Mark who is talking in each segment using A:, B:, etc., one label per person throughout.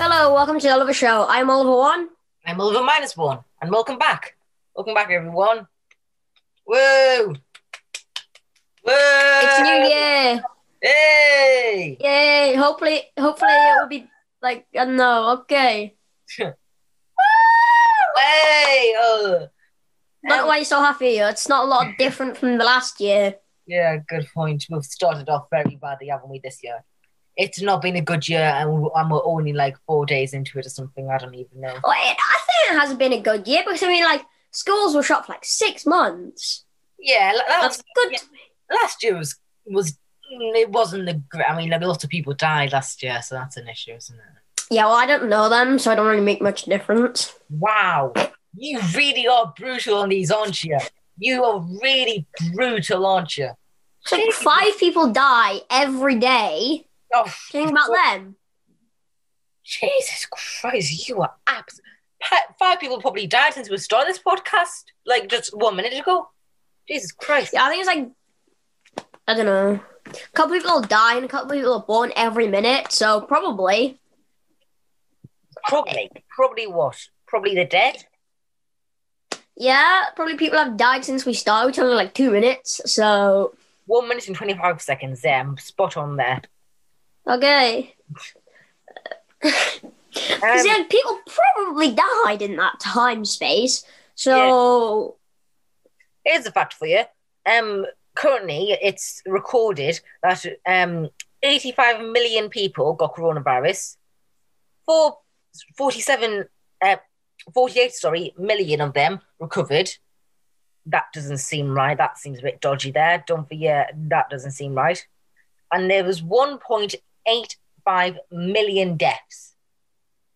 A: Hello, welcome to the Oliver Show. I'm Oliver One.
B: I'm Oliver minus one, and welcome back. Welcome back, everyone. Whoa! Whoa!
A: It's New Year.
B: Hey!
A: Yay! Hopefully, hopefully it will be like I don't know. Okay,
B: Hey! Oh.
A: not
B: Um,
A: why you're so happy. It's not a lot different from the last year.
B: Yeah, good point. We've started off very badly, haven't we, this year? It's not been a good year, and we- and we're only like four days into it or something. I don't even know.
A: Well, it, I think it has been a good year because I mean, like schools were shut for like six months.
B: Yeah, la- that
A: That's
B: was,
A: good.
B: yeah. last year was was mm, it wasn't the. gr- I mean, a lot of people died last year, so that's an issue, isn't it?
A: Yeah, well, I don't know them, so I don't really make much difference.
B: Wow, you really are brutal on these, aren't you? You are really brutal, aren't you?
A: It's like five people die every day.
B: Oh,
A: Think about them.
B: Jesus Christ, you are abs. Pa- Five people probably died since we started this podcast, like just one minute ago. Jesus Christ.
A: Yeah, I think it's like I don't know. A couple people die and a couple people are born every minute, so probably.
B: Probably, probably what? Probably the dead.
A: Yeah, probably people have died since we started, which only like two minutes. So
B: One minute and 25 seconds there. I'm spot on there.
A: okay,
B: Um,
A: because yeah, people probably died in that time space. So
B: here's a fact for you. Um, currently, it's recorded that um, 85 million people got coronavirus. Four, 47, uh, 48, sorry, million of them recovered. That doesn't seem right. That seems a bit dodgy there. Don't forget, that doesn't seem right. And there was 1.85 million deaths.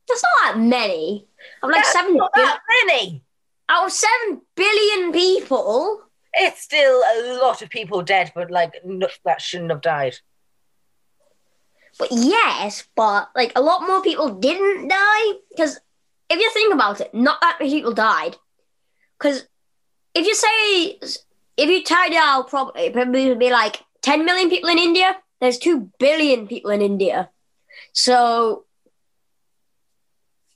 A: that's not that many. I'm like
B: That's
A: seven
B: Not
A: bil-
B: that many.
A: out of seven billion people.
B: It's still a lot of people dead, but like no, that shouldn't have died.
A: But yes, but like a lot more people didn't die because if you think about it, not that many people died. Because if you say if you tied it out, probably it probably would be like ten million people in India. There's two billion people in India, so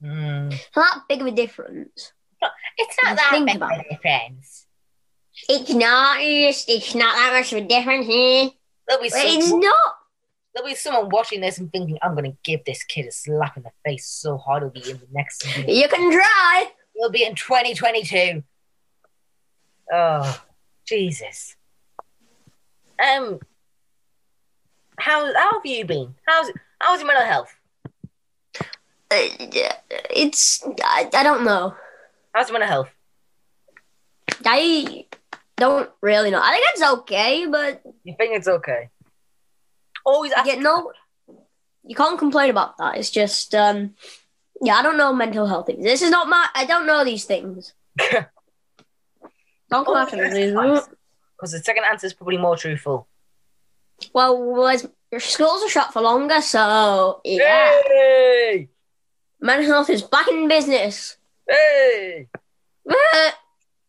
B: Hmm.
A: it's not that big of a difference.
B: It's
A: You
B: not that
A: think
B: big
A: about
B: of a difference.
A: It's not. It's, it's not that much of a difference. eh?
B: There'll be,
A: It's
B: some,
A: not.
B: there'll be someone watching this and thinking, I'm going to give this kid a slap in the face so hard he'll be in the next video.
A: You can try.
B: He'll be in 2022. Oh, Jesus. Um, how, how have you been? How's, how's your mental health?
A: Uh, It's. I, I don't know.
B: How's your mental health?
A: I don't really know. I think it's okay, but
B: You think it's okay? Always ask.
A: yeah, no, you can't complain about that. It's just, um, yeah, I don't know mental health things. This is not my. I don't know these things. don't come
B: Oh,
A: after me. please.
B: Because the second answer is probably more truthful.
A: Well, was schools are shut for longer, so yeah,
B: Hey!
A: mental health is back in business. Oh,
B: Hey!
A: But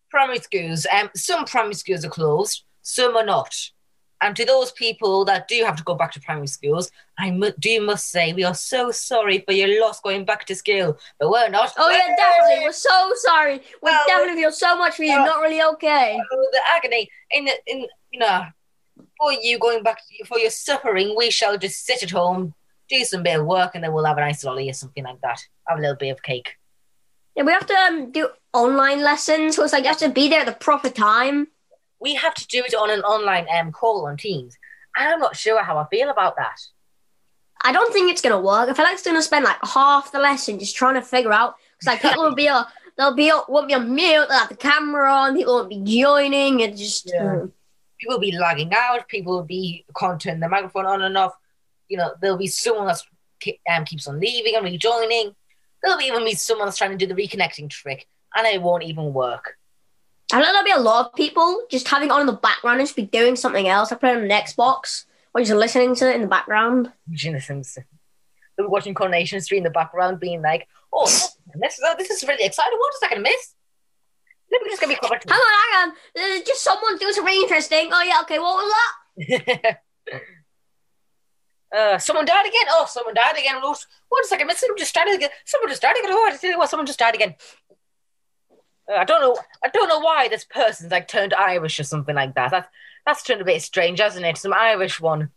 B: primary schools, um, some primary schools are closed, some are not. And to those people that do have to go back to primary schools, I mu- do must say we are so sorry for your loss going back to school, but we're not.
A: oh yeah, definitely. We're so sorry. We
B: Well,
A: definitely feel so much for you.
B: well-
A: Not really okay.
B: Oh, the agony in the, in you know for you going back for your suffering, we shall just sit at home, do some bit of work, and then we'll have a nice lolly or something like that. Have a little bit of cake.
A: Yeah, we have to um, do online lessons, so it's like you have to be there at the proper time.
B: We have to do it on an online um, call on Teams. I'm not sure how I feel about that.
A: I don't think it's gonna work. I feel like it's gonna spend like half the lesson just trying to figure out because like people will be uh, there'll be won't be a mute. They'll have the camera on. People won't be joining. It's just
B: Yeah.
A: mm.
B: People will be lagging out. People will be can't turn the microphone on and off. You know, there'll be someone that's ke- um, keeps on leaving and rejoining. There'll be even be someone that's trying to do the reconnecting trick, and it won't even work.
A: I know there'll be a lot of people just having it on in the background and just be doing something else. I put it on an Xbox or just listening to it in the background.
B: Gina Simpson. They'll be watching Coronation Street in the background, being like, "Oh, this is this is really exciting. What is I gonna miss? Let me just gonna be covered."
A: Hang on, hang on. Uh, just someone doing something interesting. Oh yeah, okay. What was that?
B: uh, someone died again. Oh, someone died again. Oh, What is that? Miss someone just died again. Someone just died again. Oh, I tell you what, someone just died again. Uh, I don't know. I don't know why this person's like turned Irish or something like that. That's that's turned a bit strange, hasn't it? Some Irish one.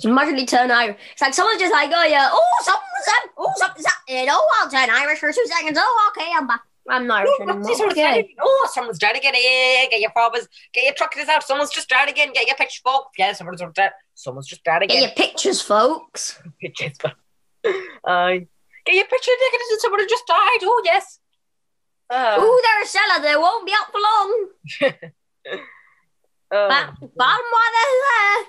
A: Just magically turn Irish. It's like someone's just like, oh yeah, oh something's up, oh something's up. You know, I'll turn Irish for two seconds. Oh okay, I'm back. I'm not Irish
B: Oh,
A: anymore.
B: someone's died
A: Okay.
B: again. Oh, someone's died again. Yeah, get your fathers, get your truckers out. Someone's just died again. Get your pitchfork. Yeah, someone's just died. Someone's just died
A: Get
B: again.
A: your pictures, folks.
B: pictures. Uh, get your picture taken and someone who just died. Oh, yes. Uh,
A: Ooh, they're a seller. They won't be out for long. But
B: uh,
A: bottom why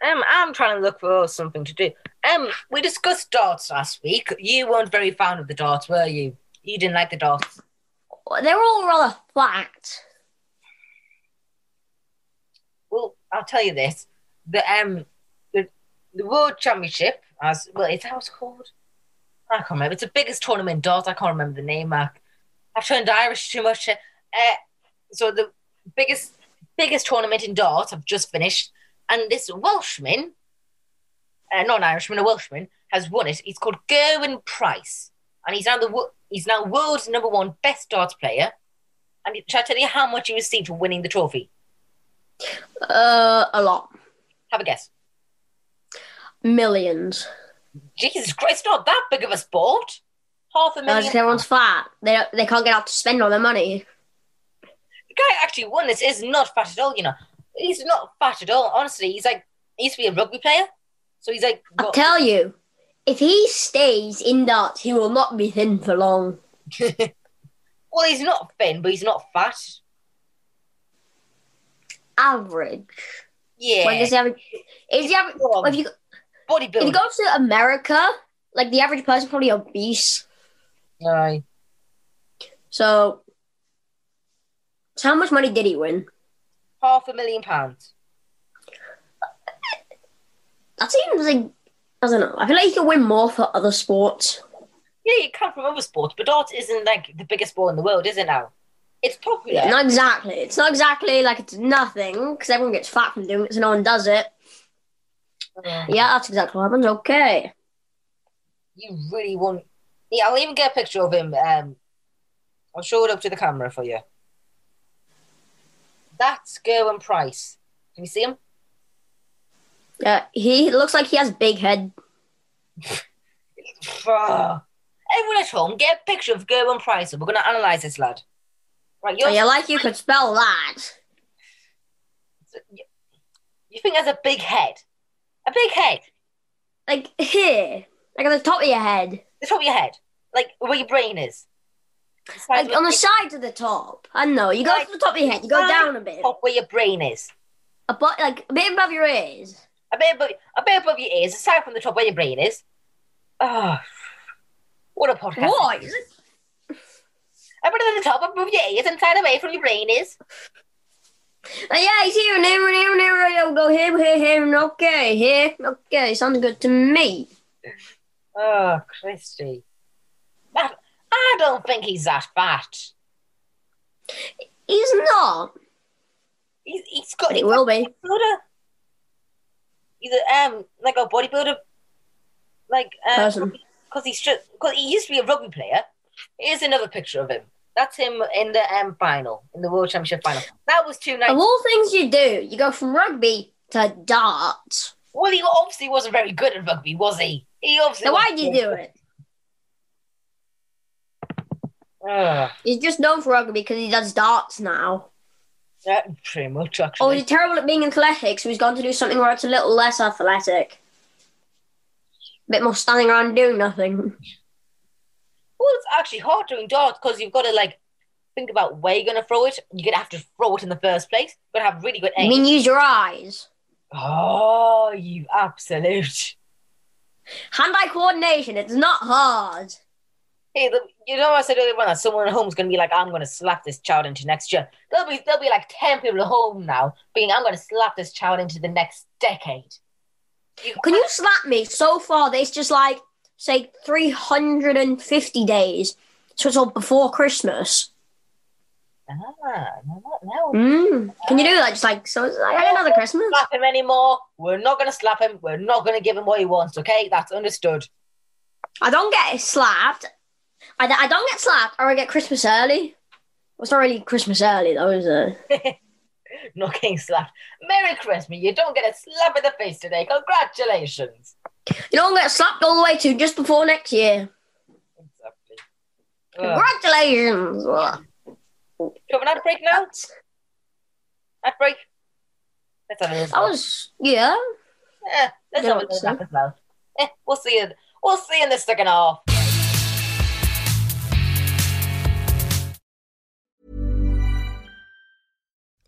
A: they're there.
B: um, I'm trying to look for something to do. Um, we discussed darts last week. You weren't very fond of the darts, were you? You didn't like the darts.
A: Well, They're all rather flat.
B: Well, I'll tell you this: the um, the, the World Championship, as well, is that what it's called? I can't remember. It's the biggest tournament in darts. I can't remember the name. I, I've turned Irish too much. Uh, so the biggest biggest tournament in darts I've just finished, and this Welshman, uh, not an Irishman, a Welshman, has won it. He's called Gerwin Price, and he's now the wo- he's now world's number one best darts player. And shall I tell you how much he received for winning the trophy?
A: Uh, a lot.
B: Have a guess.
A: Millions.
B: Jesus Christ, not that big of a sport. Half a
A: That's
B: million.
A: 'cause everyone's fat. They don't, they can't get out to spend all their money.
B: The guy actually won this is not fat at all, you know. He's not fat at all, honestly. He's like, he used to be a rugby player. So he's like,
A: I tell you, if he stays in darts, he will not be thin for long.
B: well, he's not thin, but he's not fat.
A: Average.
B: Yeah.
A: Like, is the average? Is the average?
B: Go on.
A: If you if you
B: Bodybuilder.
A: go to America, like the average person probably obese.
B: Aye.
A: So, so how much money did he win?
B: half a million pounds.
A: That seems like I don't know. I feel like he could win more for other sports.
B: Yeah, you come from other sports, but darts isn't like the biggest sport in the world, is it now? It's popular.
A: Not exactly. It's not exactly like it's nothing because everyone gets fat from doing it, so no one does it.
B: Uh,
A: Yeah, that's exactly what happens. Okay.
B: You really want. Yeah, I'll even get a picture of him. Um, I'll show it up to the camera for you. That's Gerwin Price. Can you see him?
A: Yeah, he looks like he has big head.
B: Bruh. Everyone at home, get a picture of Gerwin Price. and We're going to analyse this lad. Right,
A: Oh,
B: you're,
A: yeah, like you could spell that.
B: you think he has a big head? A big head?
A: Like here, like on the top of your head,
B: The top of your head? Like where your brain is? The size
A: like
B: of
A: on the
B: your-
A: sides of the top. I don't know. You go
B: Like,
A: to the top of your head. You go
B: right
A: down a bit,
B: top where your brain is.
A: above, like a bit above your ears.
B: A bit above, a bit above your ears, aside from the top where your brain is. Oh, what a podcast.
A: What?
B: A bit at the top above your ears and side away from your brain is.
A: Uh, yeah, he's here, and here, and here, and here. and I'll go here, here, here, and okay, here, okay. Sounds good to me.
B: Oh, Christy. That, I don't think he's that fat.
A: He's not,
B: He's, he's got
A: but he will be.
B: bodybuilder. He's a, um, like a bodybuilder. Like, um,
A: Person.
B: because he's just, because he used to be a rugby player. Here's another picture of him. That's him in the um, final, in the World Championship final. That was two nights
A: Of all things you do, you go from rugby to darts.
B: Well, he obviously wasn't very good at rugby, was he? He obviously.
A: So why do you do it?
B: Ugh,
A: He's just known for rugby because he does darts now.
B: that pretty much
A: Or
B: actually.
A: he's terrible at being athletic, so he's gone to do something where it's a little less athletic. Bit more standing around doing nothing.
B: Well, it's actually hard doing darts because you've got to like think about where you're going to throw it. You're going to have to throw it in the first place. You're going to have really good
A: You
B: aim.
A: mean use your eyes?
B: oh, you absolute.
A: Hand-eye coordination. It's not hard.
B: Hey, the, you know I said earlier on that someone at home is going to be like, I'm going to slap this child into next year. There'll be there'll be like ten people at home now being, I'm going to slap this child into the next decade.
A: Can you slap me? So far, it's just like say 350 days, so it's all before Christmas.
B: Ah, no, no, no.
A: Mm. Can you do that? Just like so, it's like hey, another Christmas.
B: slap him anymore. We're not going to slap him. We're not going to give him what he wants. Okay, that's understood.
A: I don't get slapped. I, I don't get slapped, or I get Christmas early. Well, it's not really Christmas early though, is it?
B: Not getting slapped. Merry Christmas. You don't get a slap in the face today. Congratulations.
A: You don't get slapped all the way to just before next year.
B: Exactly. Ugh.
A: Congratulations.
B: Do you have an ad break now? Ad break. Let's have a little.
A: That was yeah.
B: Eh, let's have a
A: Don't
B: little
A: so.
B: nap as well. Eh, we'll see you. We'll see you in the second half.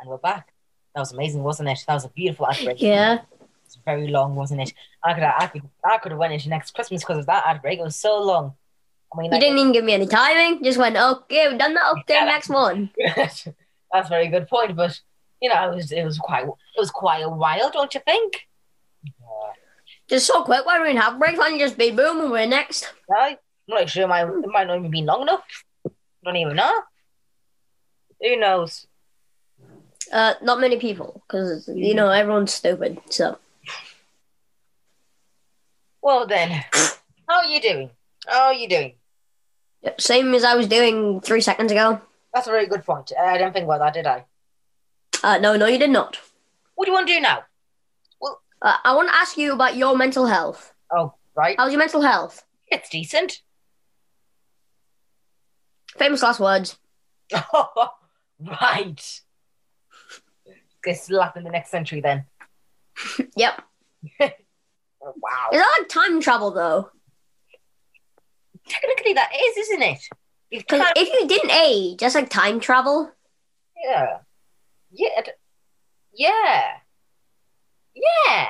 B: And we're back. That was amazing, wasn't it? That was a beautiful ad break.
A: Yeah.
B: It was very long, wasn't it? I could I could I could have went into next Christmas because of that ad break. It was so long. I mean,
A: You didn't even give me any timing. Just went okay. We've done that. Okay,
B: Yeah.
A: next one.
B: That's a very good point, but you know, it was it was quite it was quite a while, don't you think?
A: Just so quick. Why don't we have break? Why don't you just be boom and we're next?
B: I- I'm not sure. My it might not even be long enough. Don't even know. Who knows?
A: Uh, not many people because you know everyone's stupid. So
B: Well then, how are you doing? How are you doing?
A: Yep, same as I was doing three seconds ago.
B: That's a very good point. Uh, I didn't think about that, did I?
A: Uh, no, no, you did not.
B: What do you want to do now?
A: Uh, I want to ask you about your mental health.
B: Oh, right.
A: How's your mental health?
B: It's decent.
A: Famous last words.
B: right. Get slapped in the next century then.
A: Yep.
B: Oh, wow.
A: Is that like time travel though?
B: Technically, that is, isn't it? You
A: Because
B: can't-
A: if you didn't age, that's like time travel.
B: Yeah. Yeah. I d- Yeah. Yeah.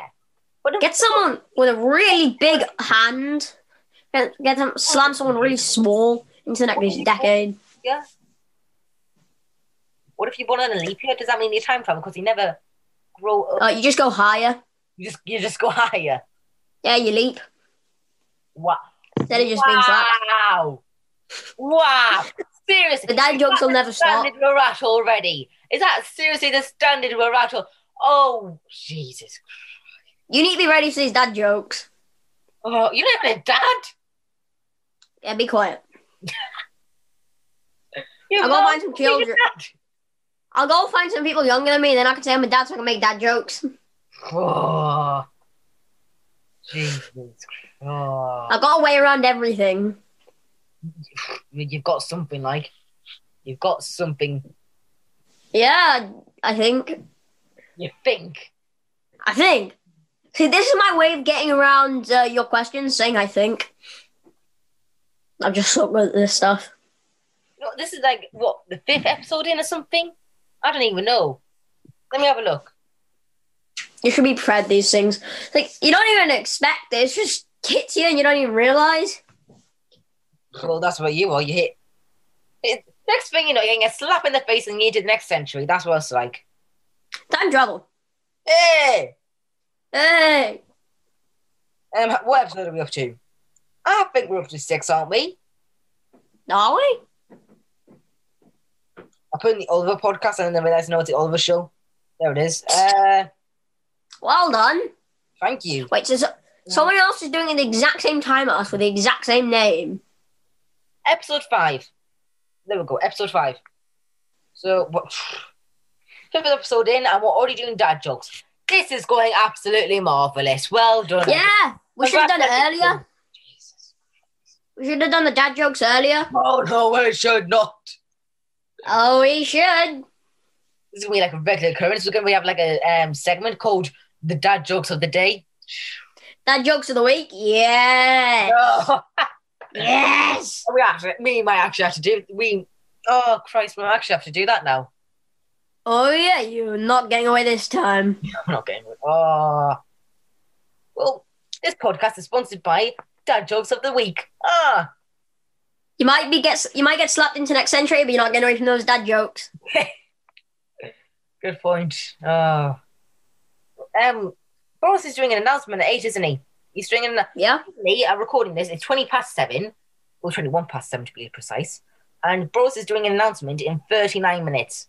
B: But
A: Get someone with a really big hand. Get, get them slam someone really small into the next decade.
B: yeah. What if you born on a leap year? Does that mean you time travel? Because you never grow up.
A: Uh, you just go higher.
B: you just you just go higher.
A: Yeah, you leap
B: Wow.
A: instead of just being slapped.
B: Wow. Wow. Seriously.
A: The dad
B: is
A: jokes
B: that
A: will never
B: the
A: stop.
B: standard we're at already. Is that seriously the standard we're at? al- Oh, Jesus.
A: You need to be ready for these dad jokes.
B: Oh, you don't have a dad?
A: Yeah, be quiet.
B: You
A: I'll go
B: mom-
A: find some
B: you need a
A: children.
B: dad.
A: I'll go find some people younger than me, then I can say I'm a dad so I can make dad jokes.
B: Oh, Jesus Christ. Oh,
A: I've got a way around everything.
B: you've got something like. You've got something.
A: Yeah, I think.
B: You think.
A: I think. See, this is my way of getting around uh, your questions, saying I think. I'm just so good at this stuff.
B: No, this is like, what, the fifth episode in or something? I don't even know. Let me have a look.
A: You should be prepared these things. Like you don't even expect it. It's just hits you and you don't even realize.
B: Well, that's what you are. You hit. It, next thing you know, you're getting a slap in the face and you into the next century. That's what it's like.
A: Time travel.
B: Hey!
A: Hey.
B: Um, what episode are we up to? I think we're up to six, aren't we?
A: Are we?
B: I put in the Oliver podcast and then realised no, it's the Oliver show. There it is. Uh,
A: Well done.
B: thank you.
A: Wait, so, so someone else is doing it the exact same time as us with the exact same name.
B: Episode five. There we go. Episode five. So, what? Fifth episode in, and we're already doing dad jokes. This is going absolutely marvelous. Well done.
A: Yeah, we should have done it
B: Congratulations.
A: earlier. We should have done the dad jokes earlier.
B: Oh no, it should not.
A: Oh, we should.
B: This is gonna be like a regular occurrence. We're gonna have like a um, segment called "The Dad Jokes of the Day."
A: Dad jokes of the week. Yeah.
B: Oh,
A: Yes.
B: we actually, me, and my actually have to do. We, oh Christ, we actually have to do that now.
A: Oh yeah, you're not getting away this time.
B: I'm not getting. Oh, well, this podcast is sponsored by Dad Jokes of the Week. Ah,
A: You might be get you might get slapped into next century, but you're not getting away from those dad jokes.
B: good point. Oh, um, Boris is doing an announcement at eight, isn't he? He's doing an
A: Yeah.
B: Currently, I'm recording this. It's 20 past seven, or 21 past seven to be precise. And Boris is doing an announcement in 39 minutes.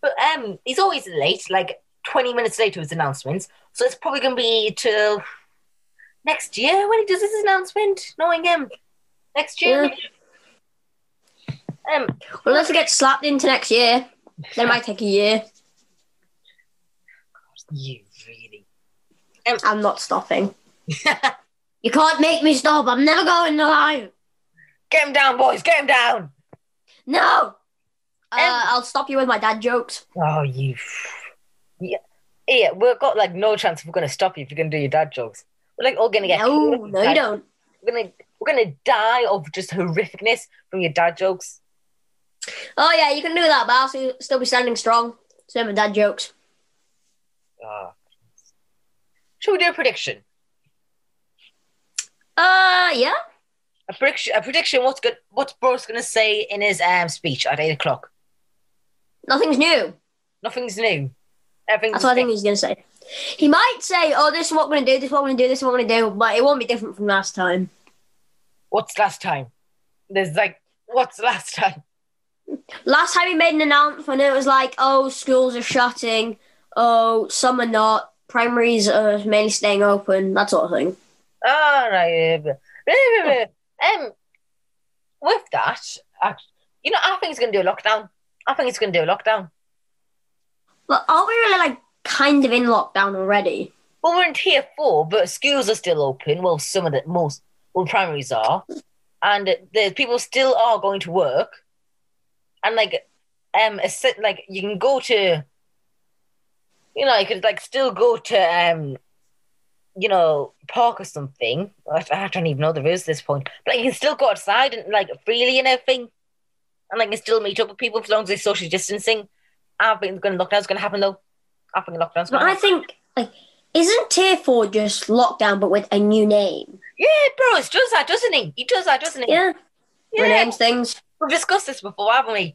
B: But um, he's always late, like 20 minutes late to his announcements. So it's probably going to be till next year when he does his announcement, knowing him. Next year. Um,
A: Well, unless we get slapped into next year, then it might take a year.
B: you really.
A: I'm not stopping. you can't make me stop. I'm never going alive.
B: Get him down, boys. Get him down.
A: No. Uh, I'll stop you with my dad jokes.
B: Oh, you. Yeah, yeah, we've got like no chance. We're gonna stop you if you're gonna do your dad jokes. We're like all gonna get.
A: No,
B: killed.
A: no, you
B: Like,
A: don't.
B: We're gonna we're gonna die of just horrificness from your dad jokes.
A: Oh yeah, you can do that, but I'll still- still be standing strong. Same with dad jokes.
B: Oh. Should we do a prediction?
A: Uh, yeah.
B: A prediction. A prediction. What's good? What's Boris gonna say in his um speech at eight o'clock?
A: Nothing's new.
B: Nothing's new. Everything's
A: That's what I think he's gonna say. He might say, "Oh, this is what we're gonna do. This is what we're gonna do. This is what we're gonna do," but it won't be different from last time.
B: What's last time? There's like what's last time?
A: Last time he made an announcement, it was like, "Oh, schools are shutting. Oh, some are not. Primaries are mainly staying open. That sort of thing."
B: All right. Um, with that, I, you know, I think he's going to do a lockdown. I think he's going to do a lockdown.
A: But are we really like kind of in lockdown already?
B: Well, we're in tier four, but schools are still open. Well, some of the most, well, primaries are, and the people still are going to work, and like, um, a se- like you can go to, you know, you could like still go to um, you know, park or something. I, I don't even know the rules at this point, but like, you can still go outside and like freely and everything, and like you can still meet up with people as long as they're social distancing. I think it's going to lockdown's going to happen though. I think lockdown's
A: But
B: going to
A: I
B: happen.
A: think like isn't tier four just lockdown but with a new name?
B: Yeah, Boris does that, doesn't he? He does that, doesn't he?
A: Yeah,
B: Yeah.
A: renames things.
B: We've discussed this before, haven't we?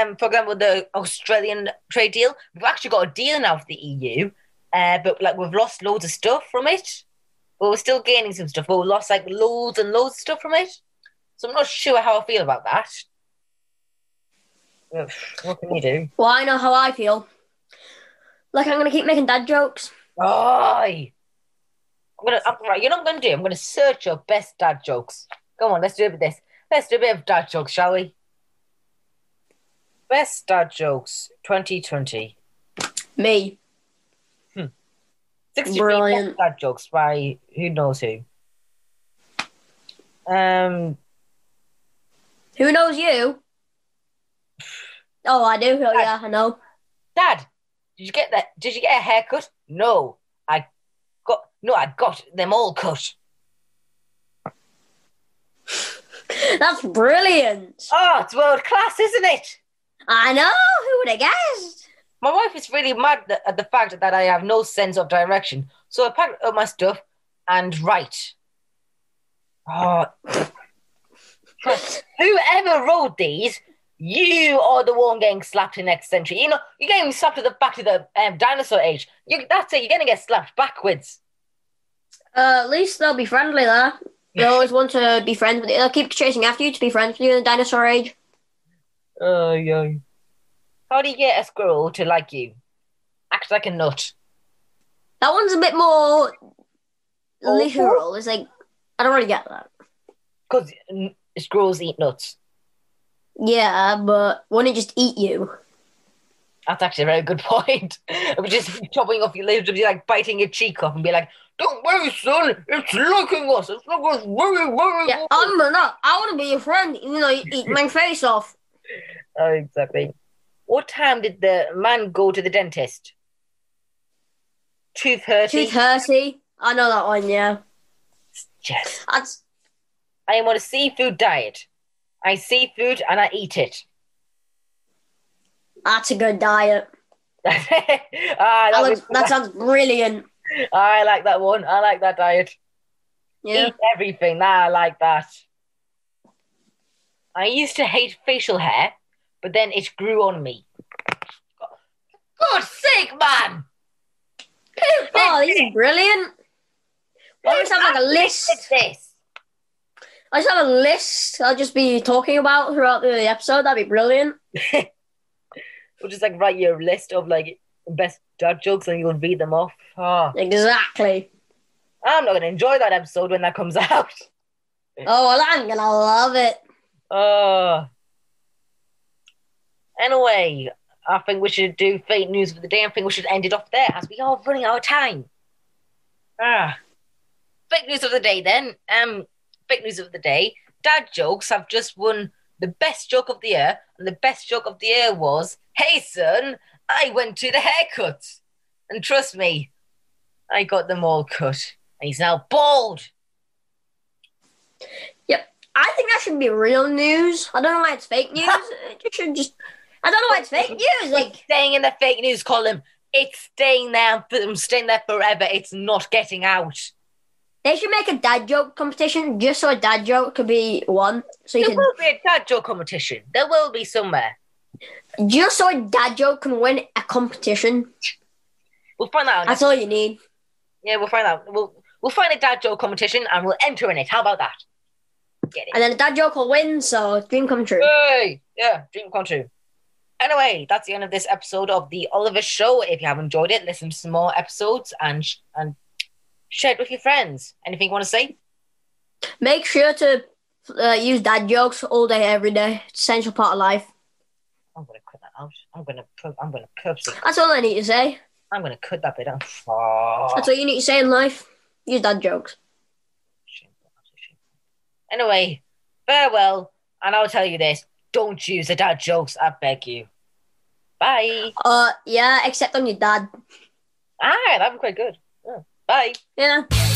B: Um, for example, the Australian trade deal. We've actually got a deal now with the EU, uh, but like we've lost loads of stuff from it. But we're still gaining some stuff. But we lost like loads and loads of stuff from it. So I'm not sure how I feel about that. Ugh, What can you do?
A: Well, I know how I feel. Like I'm gonna keep making dad jokes.
B: Oi! I'm gonna, I'm, right, you know what I'm gonna do? I'm gonna search your best dad jokes. Come on, let's do a bit of this. Let's do a bit of dad jokes, shall we? Best dad jokes 2020.
A: Me.
B: 63
A: Brilliant.
B: best dad jokes by who knows who. Um,
A: Who knows you? Oh, I do. Oh, yeah, I know.
B: Dad, did you get that? Did you get a haircut? No, I got no, I got them all cut.
A: That's brilliant.
B: Oh, it's world class, isn't it?
A: I know. Who would have guessed?
B: My wife is really mad th- at the fact that I have no sense of direction. So I packed up my stuff and right. Oh. Whoever wrote these, you are the one getting slapped in next century. You know, you're getting slapped at the back of the um, dinosaur age. You, that's it, you're going to get slapped backwards.
A: Uh, at least they'll be friendly there. They always want to be friends with you. They'll keep chasing after you to be friends with you in the dinosaur age.
B: Oh, yeah. How do you get a squirrel to like you? Act like a nut.
A: That one's a bit more literal. It's like, I don't really get that.
B: Because squirrels eat nuts.
A: Yeah, but won't it just eat you?
B: That's actually a very good point. It would just be chopping off your lips, it'd be like biting your cheek off and be like, don't worry, son, it's liking us. It's like us very, very
A: Yeah, I'm a nut. I want to be your friend, even though you eat my face off.
B: Oh, exactly. What time did the man go to the dentist? 2.30?
A: Tooth Hersey. I know that one, yeah.
B: Yes.
A: That's
B: I am on a seafood diet. I see food and I eat it.
A: that's a good diet.
B: Ah, I,
A: That,
B: like
A: looks, that sounds brilliant.
B: I like that one. I like that diet.
A: Yeah.
B: Eat everything. Nah, I like that. I used to hate facial hair, but then it grew on me. God's sake, man!
A: Oh, this is brilliant. Why don't we have like a
B: It's
A: list?
B: this.
A: I just have a list. I'll just be talking about throughout the episode. That'd be brilliant.
B: Or just like write your list of like best dad jokes and you'll read them off. Ah,
A: Exactly.
B: I'm not gonna enjoy that episode when that comes out.
A: Oh, well, I'm gonna love it.
B: Uh, anyway, I think we should do fake news for the day. I think we should end it off there as we are running out of time. Ah, fake news of the day then. Um, fake news of the day. Dad jokes have just won the best joke of the year, and the best joke of the year was, "Hey son, I went to the haircut," and trust me, I got them all cut, and he's now bald.
A: Yep. I think that should be real news. I don't know why it's fake news. it should just. I don't know why it's fake news. Like,
B: It's staying in the fake news column. It's staying there, um, staying there forever. It's not getting out.
A: they should make a dad joke competition just so a dad joke could be won. So you
B: There
A: can
B: will be a dad joke competition. There will be somewhere.
A: just so a dad joke can win a competition.
B: We'll find out.
A: That's all you need.
B: yeah, we'll find out. We'll we'll find a dad joke competition and we'll enter in it. How about that? Get it?
A: And then a dad joke will win. So dream come true.
B: Hey, yeah, dream come true. Anyway, that's the end of this episode of the Oliver Show. If you have enjoyed it, listen to some more episodes and sh- and share it with your friends. Anything you want to say?
A: Make sure to uh, use dad jokes all day, every day. It's an essential part of life.
B: I'm gonna cut that out. I'm gonna pu- I'm gonna purposely
A: That's all I need to say.
B: I'm gonna cut that bit out. Oh.
A: That's all you need to say in life. Use dad jokes.
B: Anyway, farewell, and I'll tell you this: don't use the dad jokes. I beg you. Bye.
A: Uh, yeah, except on your dad.
B: Ah, that was quite good. Yeah. Bye.
A: Yeah.